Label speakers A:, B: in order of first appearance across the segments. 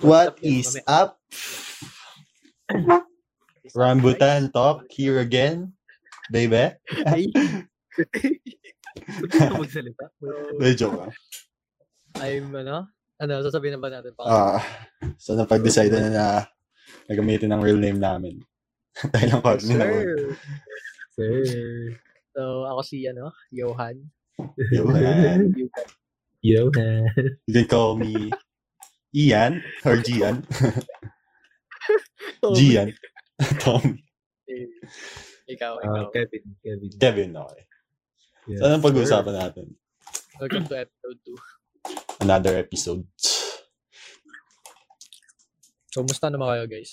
A: What is up? Rambutan Talk here again, baby.
B: Ay. Gusto ko magsalita.
A: May joke lang.
B: I'm ano? Ano, sasabihin na ba natin pa?
A: Ah, so napag-decide na na nagamitin ang real name namin. Tayo lang partner na word.
B: sir.
C: Sir.
B: So, ako si ano, Johan.
A: Yun.
C: Yo.
A: You can call me Ian or Gian.
B: Oh,
A: Gian. Tommy.
B: eh, Ikaw,
C: Uh,
B: ikaw.
C: Kevin. Kevin.
A: Kevin, okay. So,
C: Yes,
A: anong pag-uusapan natin?
B: Welcome to episode 2.
A: Another episode.
B: Kumusta naman kayo, guys?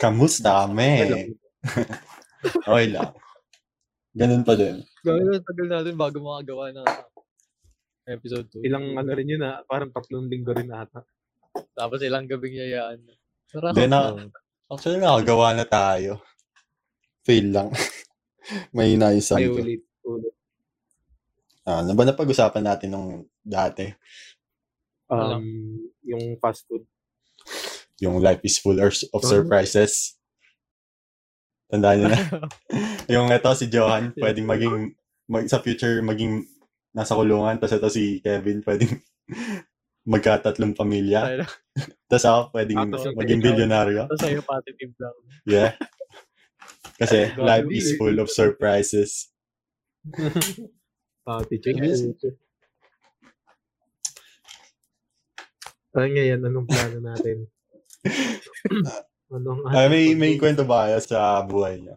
A: Kamusta kami? Okay lang. Ganun pa din.
B: Gawin tagal natin bago makagawa ng episode 2.
C: Ilang ano rin yun na parang tatlong linggo rin ata.
B: Tapos ilang gabing yayaan. Sarap.
A: Then, na, actually, nakagawa na tayo. Fail lang. May inaisang
C: Ay,
A: ko.
C: ulit. Ulit.
A: Ah, ano ba napag-usapan natin nung dati?
B: Alam.
C: Um, yung fast food.
A: Yung life is full or- of
C: Oh.
A: surprises. Tandaan niyo na. yung ito, si Johan, pwedeng maging, mag, sa future, maging nasa kulungan. Tapos ito si Kevin, pwedeng magkatatlong pamilya.
B: Tayo na.
A: Tapos ako, pwedeng
C: Ah, tas yung
A: maging
C: ikaw.
A: bilyonaryo.
B: Tapos sa'yo positive lang.
A: Yeah. Kasi
B: Grabe
A: life
B: yun
A: is
B: eh.
A: full of surprises.
C: Ah, teacher.
A: Yes.
C: Ano nga yan? Anong plano natin? Anong
A: Ah, may may kwento ba kayo sa buhay niya?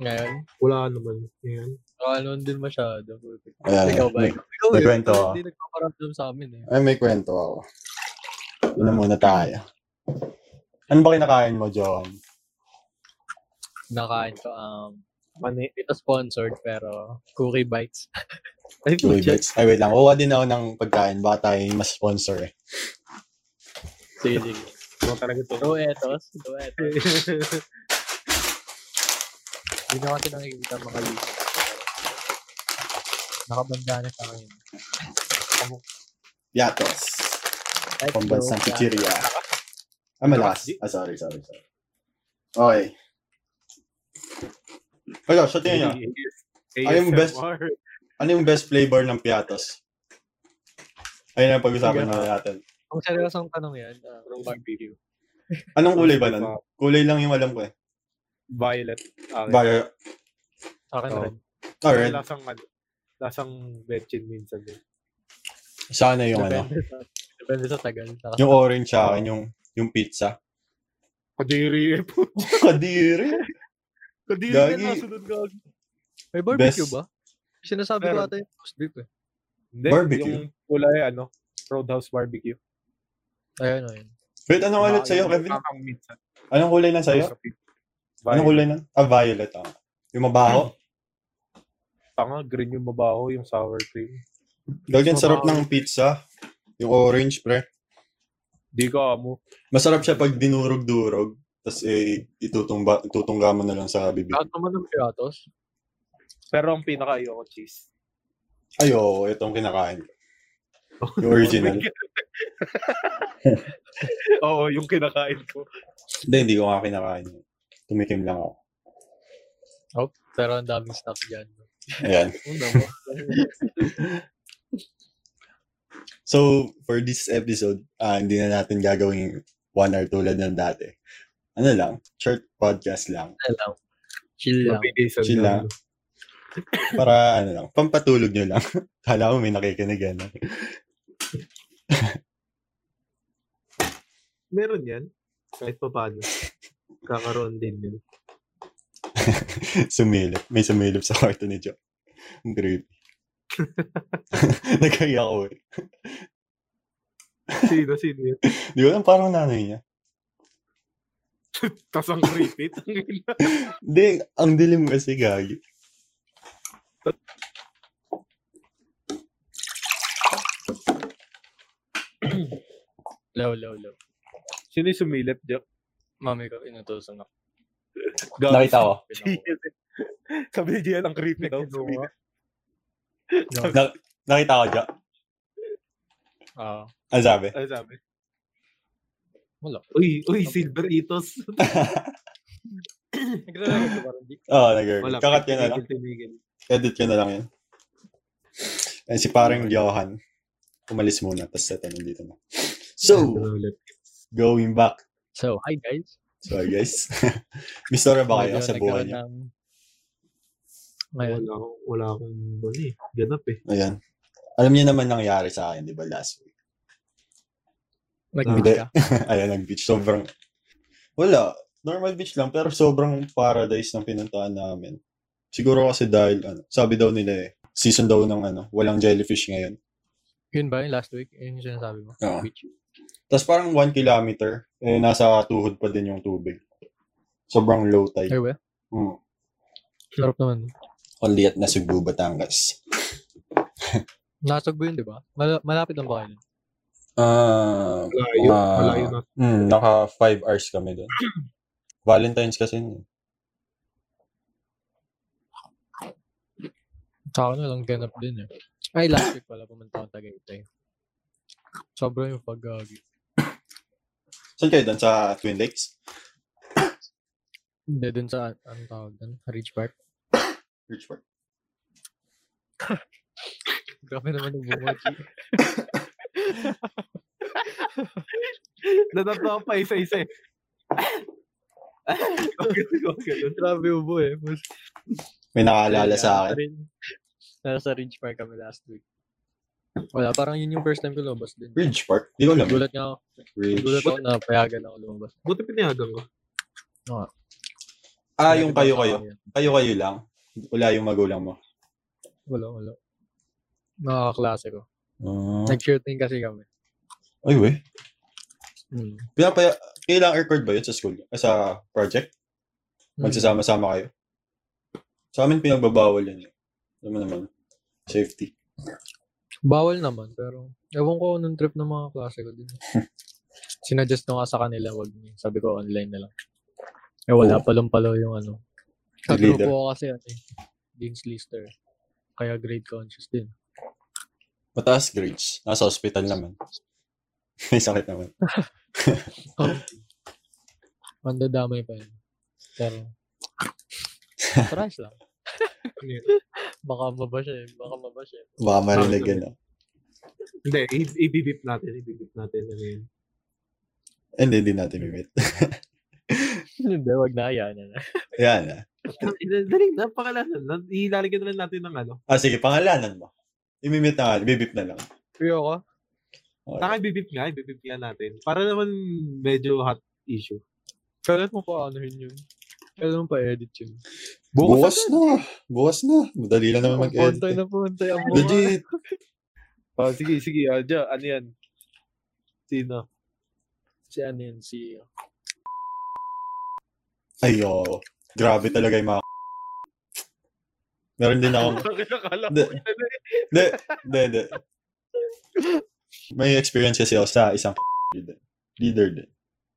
B: Ngayon,
C: Wala naman. Yan.
B: oh, ano din masyado.
A: Ayan.
B: Ikaw ba?
A: May,
B: Ikaw
A: may
B: eh,
A: kwento
B: parang
A: ako.
B: Hindi nagpaparamdam sa amin eh.
A: ay, may kwento ako. Ano muna tayo? Ano ba kinakain mo, Johan?
B: Nakain
A: Mm.
B: ko, um,
C: Mani.
B: dito sponsored pero Cookie Bites.
C: Ay,
A: Uy,
C: teacher.
A: Bex. Ay, wait lang. Kuha din ako ng pagkain. Baka tayo yung mas sponsor eh.
B: Sige, sige.
C: Ano talaga to?
B: Go etos, go etos. Hindi na kasi nakikita ang mga lisan. Nakabanda na sa akin.
A: Yatos.
B: Let's
A: Pambansang
B: go.
A: chichiria. Ah, malakas. Ah, sorry, sorry, sorry. Okay. Ikaw, shotin niyo. Ay, yung best-
C: ASMR.
A: Ano yung best flavor ng piatos? Ayun ang pag-usapan
B: Ano
A: na natin.
B: Ang seryosong tanong yan, ah, ang barbecue.
A: Anong kulay ba nun?
B: Ano
A: Kulay lang yung alam ko eh.
C: Violet. Ah,
A: Violet.
B: Sa akin
C: Oh.
B: rin.
A: Oh,
C: May
A: red.
C: Lasang, ano, lasang betchin minsan. eh. din.
A: Sana yung ano.
B: Depende sa, depende sa tagal. Saka-
A: Yung orange sa akin, yung, yung pizza.
C: Kadiri. eh.
A: Kadiri.
C: Kadiri
A: Gagi.
C: na nasunod ka.
B: May barbecue
A: Best-
B: ba? Sinasabi ko
C: Meron.
B: ata yung roast beef eh.
C: Hindi,
A: Barbecue.
C: Yung kulay, ano, Roadhouse Barbecue.
B: Ayun, ayun.
A: Wait, anong Ano ulit
C: Baka
A: sa'yo,
C: yung
A: Kevin?
C: kakang minsan.
A: Anong kulay na sa'yo? Anong
C: Violet. Hmm.
A: kulay na? Ah, violet. Ah. Yung mabaho.
C: Tanga, green yung mabaho, yung sour cream.
A: Gagyan sarap ng
B: Mabaho.
A: pizza. Yung orange, pre.
C: Di ka amo.
A: Masarap siya pag dinurog-durog. Tapos eh, itutungba, itutungga mo na lang sa bibig.
C: Ah.
B: Lahat naman ng piratos.
C: Pero ang pinaka ayoko cheese.
A: Ayo, itong kinakain ko. Yung original.
C: Oo, yung kinakain ko.
A: Hindi, hindi ko nga kinakain. yun. Tumikim lang ako.
B: Pero ang daming stuff dyan.
A: Ayan.
B: Una mo.
A: So, for this episode, ah, hindi na natin gagawing one hour tulad ng dati. Ano lang, short podcast lang.
B: Alam. Chill lang.
C: Mabilisan
A: Chill
C: lang.
A: Para, ano lang, pampatulog nyo lang. Kala mo may nakikinig ano. yan.
C: Meron yan. Kahit pa paano. Kakaroon din yun.
A: sumilip. May sumilip sa kwarto ni Joe. Ang creepy. Nagkaya ako eh.
C: Sino, sino yun?
A: Di ko alam, parang nanay niya.
C: Tapos ang creepy.
A: Hindi, ang dilim kasi gagi.
B: Low, low, low.
C: sino yung sumilip, Jack?
B: Mami ko, inutusan ako.
A: Nakita ko.
C: eh. Sabi ni Gian, ang creepy daw.
B: Kinuha.
C: Sumilip.
A: Nakita ko, Joe.
B: Ah,
A: Ang sabi?
C: Ano sabi?
B: Wala.
C: Uy, uy, silver itos.
B: Nagre-record ka ba, Randy?
A: Oo, nag
C: Wala.
A: Kakat yun na lang.
C: Tumigil, tumigil.
A: Edit ko na lang yun. And si parang Johan, umalis muna, tapos tatanong dito na. So,
C: Ano ulit?
A: going back.
B: So, hi guys.
A: So, I guess, may story ba kayo
B: Medyo
A: sa buhay niyo?
B: nagkaroon ng- Ngayon,
C: Wala, akong- wala akong ano eh. Ganap eh.
A: Ayan. Alam niyo naman nangyari sa akin, di ba, last week?
B: nag-meet
A: Hindi.
B: ka.
A: Ayan, nag-beach. Sobrang, wala. Normal beach lang, pero sobrang paradise ng pinuntahan namin. Siguro kasi dahil, ano, sabi daw nila eh, season daw ng ano, walang jellyfish ngayon.
B: Yun ba yung last week? Yun yung sinasabi mo?
A: Oo.
B: Beach.
A: Tapos parang one kilometer, eh, nasa tuhod pa din yung tubig. Sobrang low tide.
B: Ay, well,
A: Hmm.
B: sarap naman.
A: Only at Nasugbu, Batangas.
B: Nasugbo yun, di ba? Mal- malapit lang ba kayo? nun?
A: Ah,
C: Malayo. malayo na.
A: Mm, naka five hours kami doon. Valentine's kasi. eh. nun.
B: Sa akin, walang ganap din eh. Ay, last week pala pumunta akong Tagaytay. Sobrang yung pag uh,
A: Saan kayo doon? Sa Twin Lakes?
B: Hindi, dun sa, ano tawag dun? Ridge Park.
A: Rich Park.
B: Grabe naman yung bunga, G.
C: Natatawa pa isa-isa eh. Huwag ganun.
B: Grabe yung buo eh. Mas,
A: May nakaalala sa akin.
B: Nasa Ridge Park kami last week. Wala, parang yun yung first time ko lumabas din.
A: Ridge Park? Di ko alam.
B: Gulat nga ako.
A: Ridge.
B: Gulat ako na payagan ako lumabas.
C: Buti pinayagan ko.
A: Ah, yung
B: Payagan ako sa
A: kayo-kayo.
B: kanya.
A: Kayo-kayo lang. Wala yung magulang mo.
B: Wala, wala. Mga kaklase ko.
A: Ah.
B: Nag-shooting kasi kami.
A: Ay, we.
B: Mm.
A: Pinapaya... Kailang record ba yun sa school? Ah, Sa project? Mm. Magsasama-sama kayo? Sa amin, pinagbabawal yun. eh. Alam mo naman. Safety.
B: Bawal naman, pero ewan ko nung trip ng mga klase ko din. Sinadjust ko nga sa kanila, wag niyo. Sabi ko online na lang. Eh wala,
A: Oo.
B: palong-palo yung ano.
A: The
B: Kagrupo
A: leader.
B: ko kasi ano eh. Dean's Lister. Kaya grade conscious din.
A: Mataas grades. Nasa hospital naman. May sakit naman.
B: Mandadamay pa yun. Pero, surprise lang.
C: Ano
B: baka maba siya eh. Baka maba siya eh.
A: Baka marinig
C: Bakit
A: yun. ah.
C: Hindi, i- i-beep natin. I-beep natin. Ano yun?
A: Hindi, hindi natin bibit.
B: Hindi, wag na. Ayan na.
A: Yan ah.
C: Dali, napakalanan. Nan- Ilalagyan na lang natin ng ano.
A: Ah, sige, pangalanan mo. Imimit na nga, bibip na lang.
B: Pero ako,
A: Okay.
C: Saka i-beep nga. I-beep nga natin. Para naman medyo hot issue.
B: kailan mo pa ano yun yun? Kailan mo pa edit yun?
A: Bukas na. Bukas na. Madali lang naman
B: Ang puntay
A: mag-edit. eh.
B: na puntay. Ang mga.
A: Legit.
C: Oh, sige, sige. Uh, Diyo, ano yan? Sino?
B: Si ano yun, si...
A: Ay, oo. Grabe talaga yung mga Meron din akong...
C: Akala
A: Hindi. Hindi, hindi, hindi. May experience kasi ako sa isang leader. Leader din.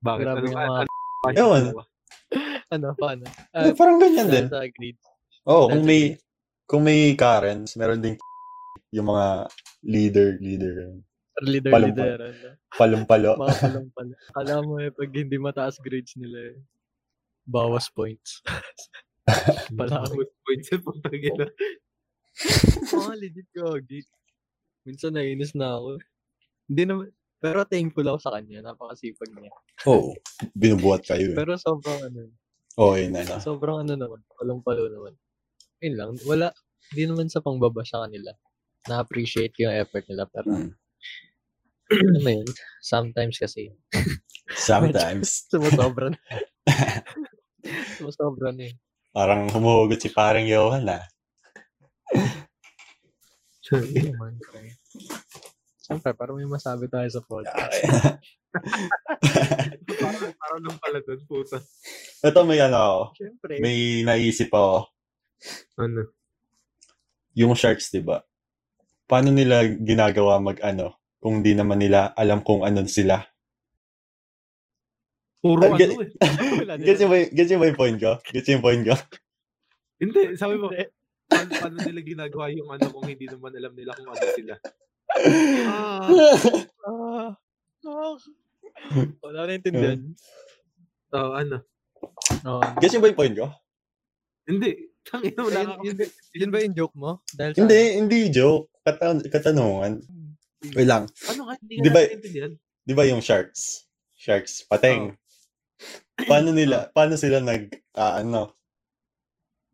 C: Bakit?
B: Grabe
C: Ano
B: yung
C: ba?
B: mga-
C: Ano ba?
A: Ewan.
B: Ano, paano?
A: Eh,
B: Ah,
A: parang ganyan din.
B: Sa grade.
A: Oo, oh, kung may kung may Karens, meron ding yung mga leader, leader.
B: Leader,
A: Palumpal.
B: leader. Ano?
A: Palumpalo.
B: Mga palumpal. Kala mo eh, pag hindi mataas grades nila eh. Bawas points. Pala ako.
C: Wait, sa pagtagin na.
B: Mga legit ko, git. Minsan nainis na ako. Hindi naman, pero thankful ako sa kanya. Napakasipag niya.
A: Oo. Oh, binubuhat kayo. Eh.
B: Pero sobrang ano,
A: Oo, yun na. na.
B: sobrang ano naman. Walang palo naman. Yun lang. Wala, hindi naman sa pangbaba sa kanila. Na-appreciate ko yung effort nila. Pero,
A: Mm.
B: ano na yun, sometimes kasi,
A: Sometimes,
B: Sumasobra na. Sumasobra na eh.
A: parang humuhugot si parang Johan na.
B: Hindi naman, pre. Siyempre, parang may masabi tayo sa podcast.
C: Parang parang lang pala doon, puta.
A: Ito may ano ako.
B: Siyempre.
A: May naisip ako.
C: Ano?
A: Yung sharks, di ba? Paano nila ginagawa mag ano? Kung di naman nila alam kung ano sila.
C: Puro
A: Ang gali-
C: ano eh.
B: Wala din.
A: Gets yung, gets yung may point ko? Gets yung point ko?
C: Hindi, sabi mo,
B: Hindi.
C: paano, paano nila ginagawa yung ano kung hindi naman alam nila kung ano sila. Ah,
B: Ah, ah, Wala naintindihan.
D: Oo, ano?
B: Oo.
A: Guess yun ba yung point ko?
D: Hindi. Tangina, wala
B: Yun,
D: ka-
B: yun, ba- yun ba yung joke mo? Dahil
A: Hindi, hindi joke. Katan katanungan.
B: Hmm.
A: Wait lang.
D: Ano nga? Hindi ka
A: Di ba-
D: nakaintindihan.
A: Di ba yung sharks? Sharks, pateng.
B: Oh.
A: Paano nila, paano sila nag, ah, ano?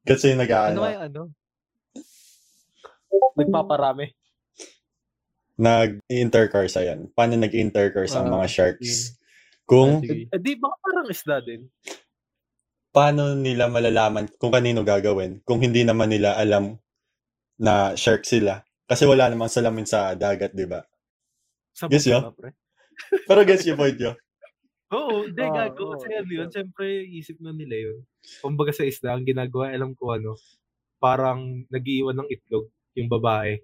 A: Kasi nag, ah,
B: Saan? Ano
A: ano,
B: kaya ano?
C: Nagpaparami.
A: nag-intercourse yan. Paano nag-intercourse ang
B: Ah,
A: mga sharks? Kung,
B: Sige.
C: Eh di baka parang isda din.
A: paano nila malalaman kung kanino gagawin? Kung hindi naman nila alam na shark sila. Kasi wala namang salamin sa dagat, di ba?
D: Sa
A: Yes,
D: buhay
A: yeah.
D: ka, pre.
A: Pero guess yung point yun.
D: Oo, hindi,
C: Ah,
D: gago.
C: oo,
D: Kasi ano yun,
C: sure.
D: syempre, isip na nila yun. Kumbaga sa isda, ang ginagawa, alam ko ano, parang nagiiwan ng itlog yung babae.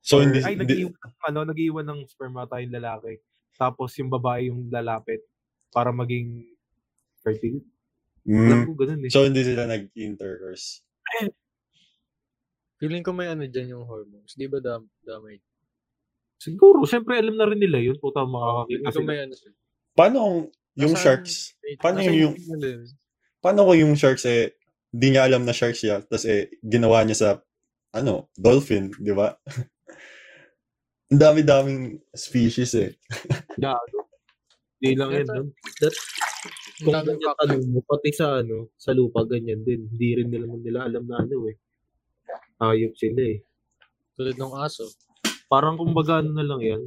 A: So, Oh, hindi,
D: Ay,
A: hindi,
D: nag-iwan, ano, nag-iwan ng spermata yung lalaki. Tapos yung babae yung lalapit para maging fertile. Alam
A: Mm.
D: ko ganun eh.
A: so hindi sila nag-intercourse.
B: Feeling ko may ano dyan yung hormones. Di ba dam damay?
D: Siguro, syempre alam na rin nila yun. Puta,
B: Feeling
D: makakakita
B: ko
D: sila.
B: may ano siya.
A: Paano kung yung
B: Nasaan-
A: sharks,
B: Wait,
A: Paano
B: nasa
A: yung-
B: ano yun?
A: paano kung yung sharks eh, di niya alam na shark siya, tapos eh, ginawa niya sa, ano, dolphin, di ba? Ang dami-daming species eh.
D: Gago. Hindi lang yun.
B: Ito,
D: no?
B: Ang
D: Kung
B: daming
D: ganyan
B: factor.
D: tanong mo, pati sa, ano, sa lupa, ganyan din. Hindi rin nila nila alam na ano eh. Ayop sila eh.
B: Tulad ng aso.
A: Mm-hmm.
D: Parang kumbaga ano na lang yan.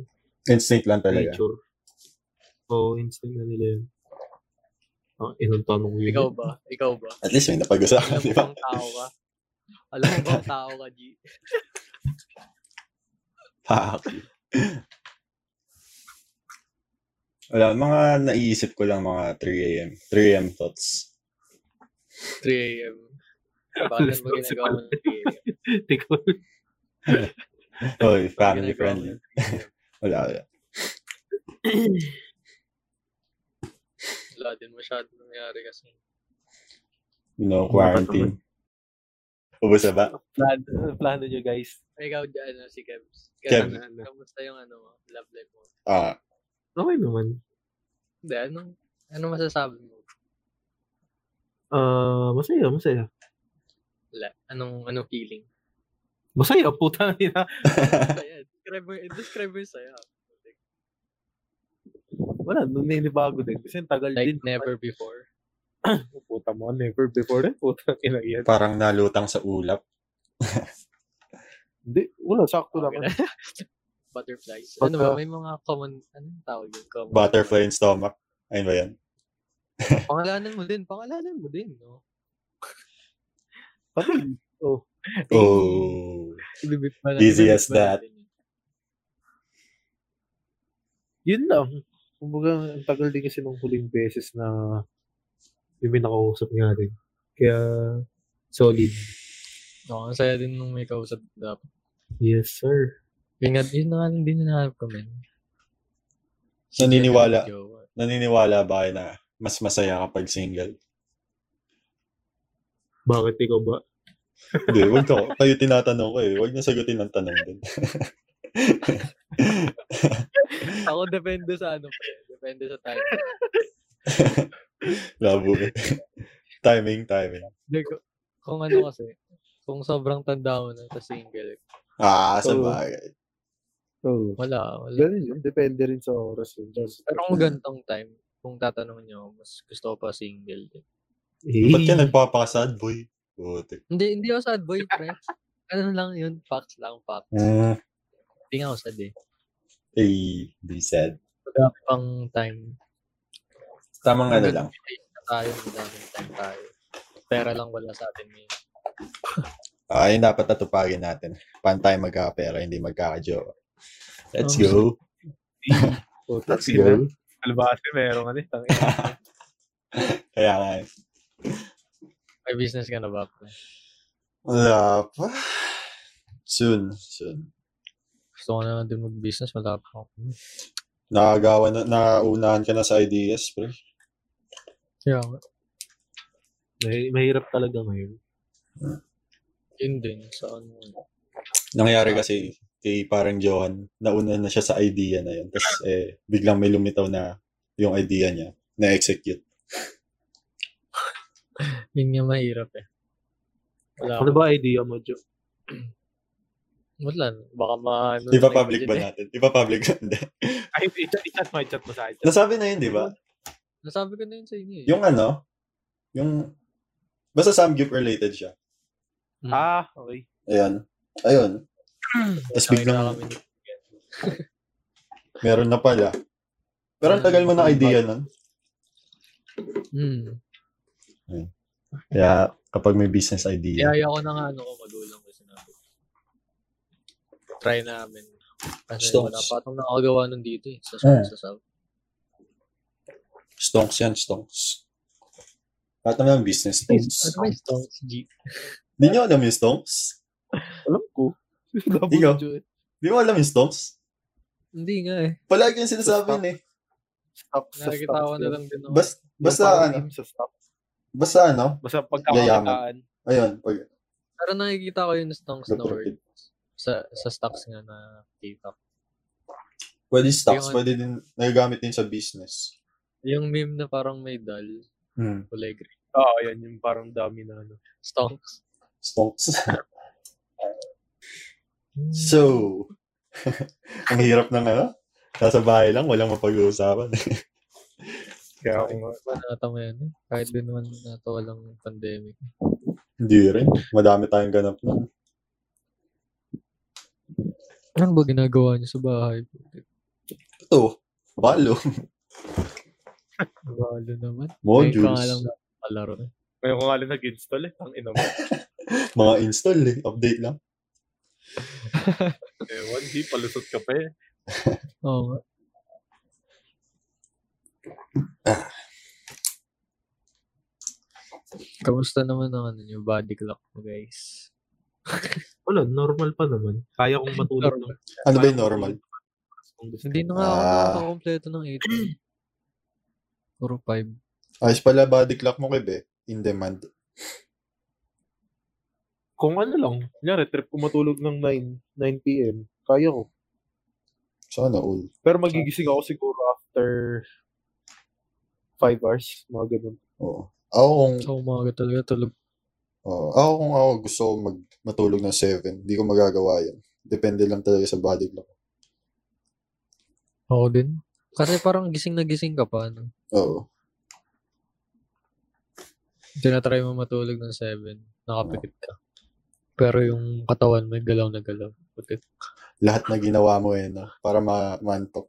A: Instinct lang talaga.
D: Nature. Oo, instinct na nila yun. Ah, inang tanong yun.
B: Ikaw ba? Ikaw ba?
A: At least may napag-usapan,
B: Alam
A: di
B: mo
A: ba?
B: bang tao ka? Alam mo bang tao ka, G?
A: Fuck. Wala, mga naiisip ko lang mga 3 a.m. 3 a.m. thoughts.
B: 3 a.m. Bakit mo
D: Alas 12
B: ginagawa ng 3 a.m.?
D: Ikaw.
A: Oy,
B: Bakit
A: family
B: ginagawa
A: friendly.
B: mo ng 3 a.m.?
A: Wala, wala.
B: Wala din masyado nangyari kasi.
A: You know, quarantine. Ubus na ba?
C: Plan, plano nyo guys.
B: Ikaw dyan, ano, si Kevs.
A: Kev.
B: Kamusta- Kamusta yung ano, mo, love life mo?
A: Ah,
D: Okay naman.
B: Hindi, anong, ano masasabi mo?
D: Ah, masaya, masaya.
B: Wala. Anong, anong feeling?
D: Masaya, puta na
B: Saya. describe mo, describe mo yung saya.
C: Wala, nung ninibago din. Kasi ang tagal din.
B: Like never before.
C: Puta mo, never before eh. Puta, kinagyan.
A: parang nalutang sa ulap.
C: Hindi, wala, sakto lang.
B: Okay. Butterflies. Ano ba,
C: Baka-
B: may mga common, anong tawag yun? Common.
A: Butterfly in stomach. Ayun ba yan?
B: Pangalanan mo din, pangalanan mo din, no?
C: Pati,
A: Oh.
B: Ibibit pa
A: Easy
B: ibibit
A: as
B: pa
A: that.
B: natin yun.
C: yun lang. Kumbaga, ang tagal din kasi nung huling beses na yung may nakausap nga rin. Kaya, solid.
B: Oo, ang saya din nung may kausap dapat.
C: Yes, sir.
B: Yun nga, yun na nga lang din hinahanap ko, men.
A: Naniniwala.
B: Jowa.
A: Naniniwala ba kayo na mas masaya kapag single?
D: Bakit ikaw ba?
A: Hindi, wag ko. Kayo tinatanong ko eh. Huwag niyo sagutin ang tanong din.
B: Ako depende sa ano, pre. Depende sa time.
A: Labo eh. timing, timing.
B: Hindi, kung- kung ano kasi, kung sobrang tanda mo na tapos single,
A: Ah, sa
C: Oo.
A: bagay.
C: Oo.
B: wala, wala.
C: Ganun yun. Oh, Depende rin sa oras yun. Just,
B: Pero kung gantong time, kung tatanungin niyo, ako, mas gusto ko pa single din.
C: Eh.
A: Ba't ka nagpapakasad, boy? Buti.
B: Hindi, hindi ako sad boy, pre. Ano lang yun, facts lang, facts.
A: Mm.
B: Hindi nga ako sad eh.
A: Eh, be sad.
B: Wala pang time.
A: Tamang ano lang.
B: Na tayo, madaming time tayo. Pera lang wala sa atin ngayon.
A: Ah, yun dapat tatupagin natin. Pantay magkakapera, hindi magkakajowa. Let's
B: Oo.
A: go.
C: Oh,
A: Let's go.
C: Albate, meron ka nito.
A: Kaya nga eh.
B: May business ka na ba? pre?
A: Wala pa. Soon, soon.
B: Gusto ko na lang din mag-business, wala pa ako.
A: Nakagawa na, naunahan ka na sa ideas, pre.
B: Kaya nga,
D: May, mahirap talaga ngayon.
B: yun din. So, ano,
A: Nangyari kasi, kay parang Johan, nauna na siya sa idea na yun. Tapos eh, biglang may lumitaw na yung idea niya na-execute.
B: Yun nga mahirap eh. Wala.
C: Ano ba idea mo, Jo?
B: Wala. Baka ma... Ano,
A: Iba
B: na
A: public ba
B: yun eh.
A: natin? Iba public ba? Hindi.
C: Ay, i-chat, i-chat mo, i-chat mo sa akin.
A: Nasabi na yun, di ba?
B: Nasabi ko na yun sa inyo eh.
A: Yung ano, yung, basta Samgyup related siya.
C: Ah, okay.
A: Ayan. Ayun. Tapos
B: Nakita
A: biglang
B: kami ni-
A: meron na pala. Pero ang tagal mo na idea nun.
B: Hmm.
A: Kaya kapag may business idea.
B: Kaya ko na nga ano ko magulang ko sinabi. ko. Try namin. Kasi
A: Stones.
B: wala pa akong nakagawa nun dito eh. Sa,
A: Ah.
B: sa South.
A: Stonks yan, stonks. Lahat naman ang business stonks.
B: Ano ba yung Stones G?
A: Hindi nyo alam yung stonks?
C: Alam ko.
A: Ikaw? Di mo alam yung stonks?
B: Hindi nga eh.
A: Palagi yung sinasabi yun eh.
C: Stop, sa stop.
B: Nakikita ko na lang din ako.
A: Bas, basta ano,
C: Sa stop.
A: basta ano,
C: Basta
A: Yayaman.
C: pagkakakitaan.
A: ayun. Pag,
B: Pero nakikita ko yung Stones na word.
A: lucrative.
B: Sa, sa stocks nga na kita. ko.
A: Pwede stocks,
B: Yung-
A: pwede din, nagagamit din sa business.
B: Yung meme na parang may dal,
A: Hmm.
B: kulay green.
C: Oo, oh, yan yung parang dami na ano.
B: Stonks.
A: Stonks. so, ang hirap ng ano, nasa bahay lang, walang mapag-uusapan.
C: Kaya ako nga.
B: Panata mo yan. eh. Kahit din naman nato walang pandemic.
A: Hindi rin. Madami tayong ganap nun.
B: Ano ba ginagawa niyo sa bahay?
A: Ito, balo,
B: Walo naman. Ngayon ka nga lang
A: modules,
B: nakalaro eh.
C: Ngayon ko nga lang nag-install eh. Ang ina mo.
A: mga install eh, update lang.
C: Ewan, di palusot ka pa eh.
B: Oo nga. Kamusta naman ang ano yung body clock mo guys?
C: Wala, normal pa naman. Kaya kong matulog ng
A: Ano ba yung normal?
C: kung gusto.
B: Hindi na nga ako
A: Ah.
B: nakakakompleto ng 8. Puro 5.
A: Ayos pala body clock mo kay Be. In demand.
C: Kung ano lang, kunyari, trip ko matulog ng 9, 9 p.m. Kaya ko.
A: Sana all.
C: Pero magigising ako siguro after 5 hours, mga ganun.
A: Oo. Ako kung,
B: Sa umaga talaga tulog.
A: oo. ako kung ako gusto ko mag, matulog ng 7, hindi ko magagawa yun. Depende lang talaga sa body clock.
B: Ako din. Kasi parang gising na gising ka pa. Ano?
A: Oo.
B: Tinatry mo matulog ng 7. Nakapikit ka. Pero yung katawan mo, galaw na galaw. Putik.
A: Lahat na ginawa mo eh, no? Para ma mantok.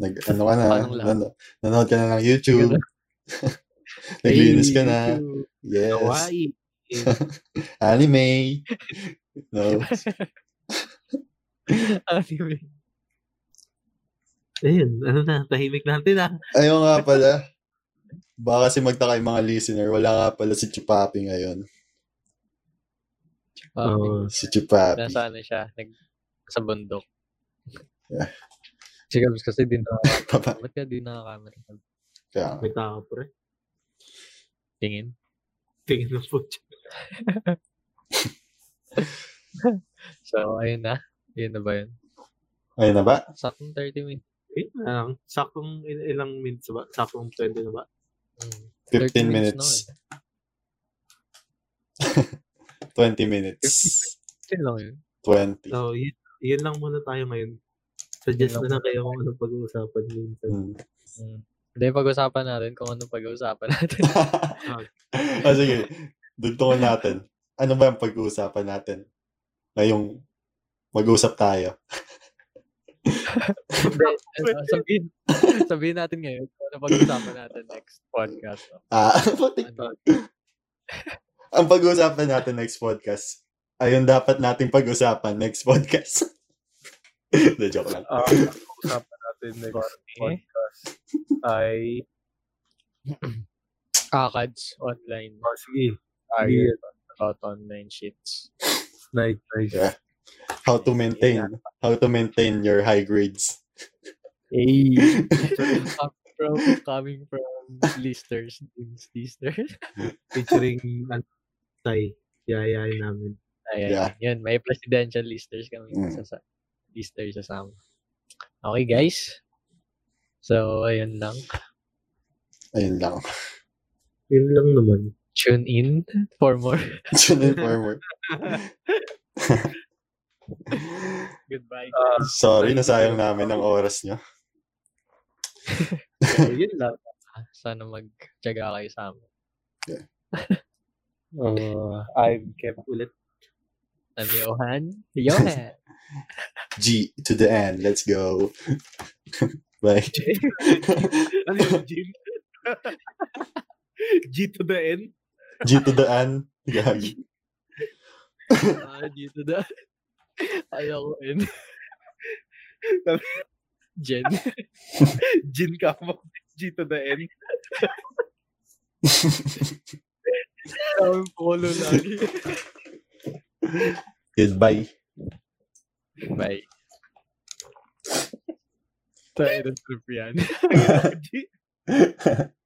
A: Nag, ano ka na,
B: Anong lahat?
A: nan- nanood ka na ng YouTube. Naglinis ka na. Yes.
C: Hawaii.
A: Anime. No.
B: Anyway.
C: Ayun, ano na, tahimik natin ah.
A: Ayun nga pala. Baka kasi magtaka yung mga listener, wala nga pala si Chupapi ngayon.
B: Uh,
A: Si Chupapi.
B: nasa ano siya? Nag, sa bundok.
A: Yeah.
B: Si Gabs kasi di nakakamera.
A: Papa.
B: Ba't ka di nakakamera?
A: Kaya,
C: May tao pre.
B: Tingin.
C: Tingin na po siya.
B: So, ayun na. Ayun na ba yun?
A: ayun na ba?
B: Sakong 30 minutes.
C: Ayun na lang. Sakong il- ilang minutes ba? Sakong 20 na ba?
B: Mm.
A: 15
B: 30
A: minutes.
B: na, eh.
A: 20 minutes.
B: 15 lang yun.
A: 20.
C: So, yun, yun lang muna tayo ngayon. Suggest
B: Yun
C: na
B: lang
C: lang kayo kung anong pag-uusapan minsan.
A: Hmm.
B: Mm. Hindi, pag-usapan natin kung ano pag-usapan natin.
A: ah, sige. Dugtungan natin. Ano ba ang pag-uusapan natin? Ngayong mag-uusap tayo.
B: Hindi, ano, sabihin, sabihin natin ngayon kung ano pag-usapan natin next podcast. No?
A: Ah, putik.
B: Ano,
A: ang pag-uusapan natin next podcast. Ayun dapat nating pag-usapan next podcast. De, joke lang.
C: Ah, ang pag-uusapan natin next
B: eh?
C: podcast ay...
B: Kakads online.
C: Oh, sige.
B: Target about online shits.
C: Nice, nice.
A: Yeah. How to maintain. How to maintain your high grades.
B: Hey! from, coming from listeners, Dean's listeners.
C: Featuring Antay. Yayain namin.
B: Ayan,
A: Yeah.
B: yun. May presidential listeners kami.
A: Mm.
B: Sa, sa, Easter sasama. Okay, guys. So, ayun lang.
A: Ayun lang.
C: Yun lang naman.
B: Tune in for more.
A: Tune in for more.
B: Goodbye.
C: Ah,
A: Sorry, nasayang namin ang oras nyo.
C: So, yun lang.
B: Ah, Sana magtyaga kayo sa amin.
C: Uh, I'm Kev ulit.
B: I'm Johan. Johan.
A: G to the end. Let's go. Bye.
D: Ano yung gym? G to the N?
A: G to the end. Gagi.
B: Ah, dito na. Ayaw ko yun. Jen.
D: Gin ka mo. G to the N?
B: Ang polo lagi.
A: Goodbye.
B: Bye. Tayo na trip yan.
D: G-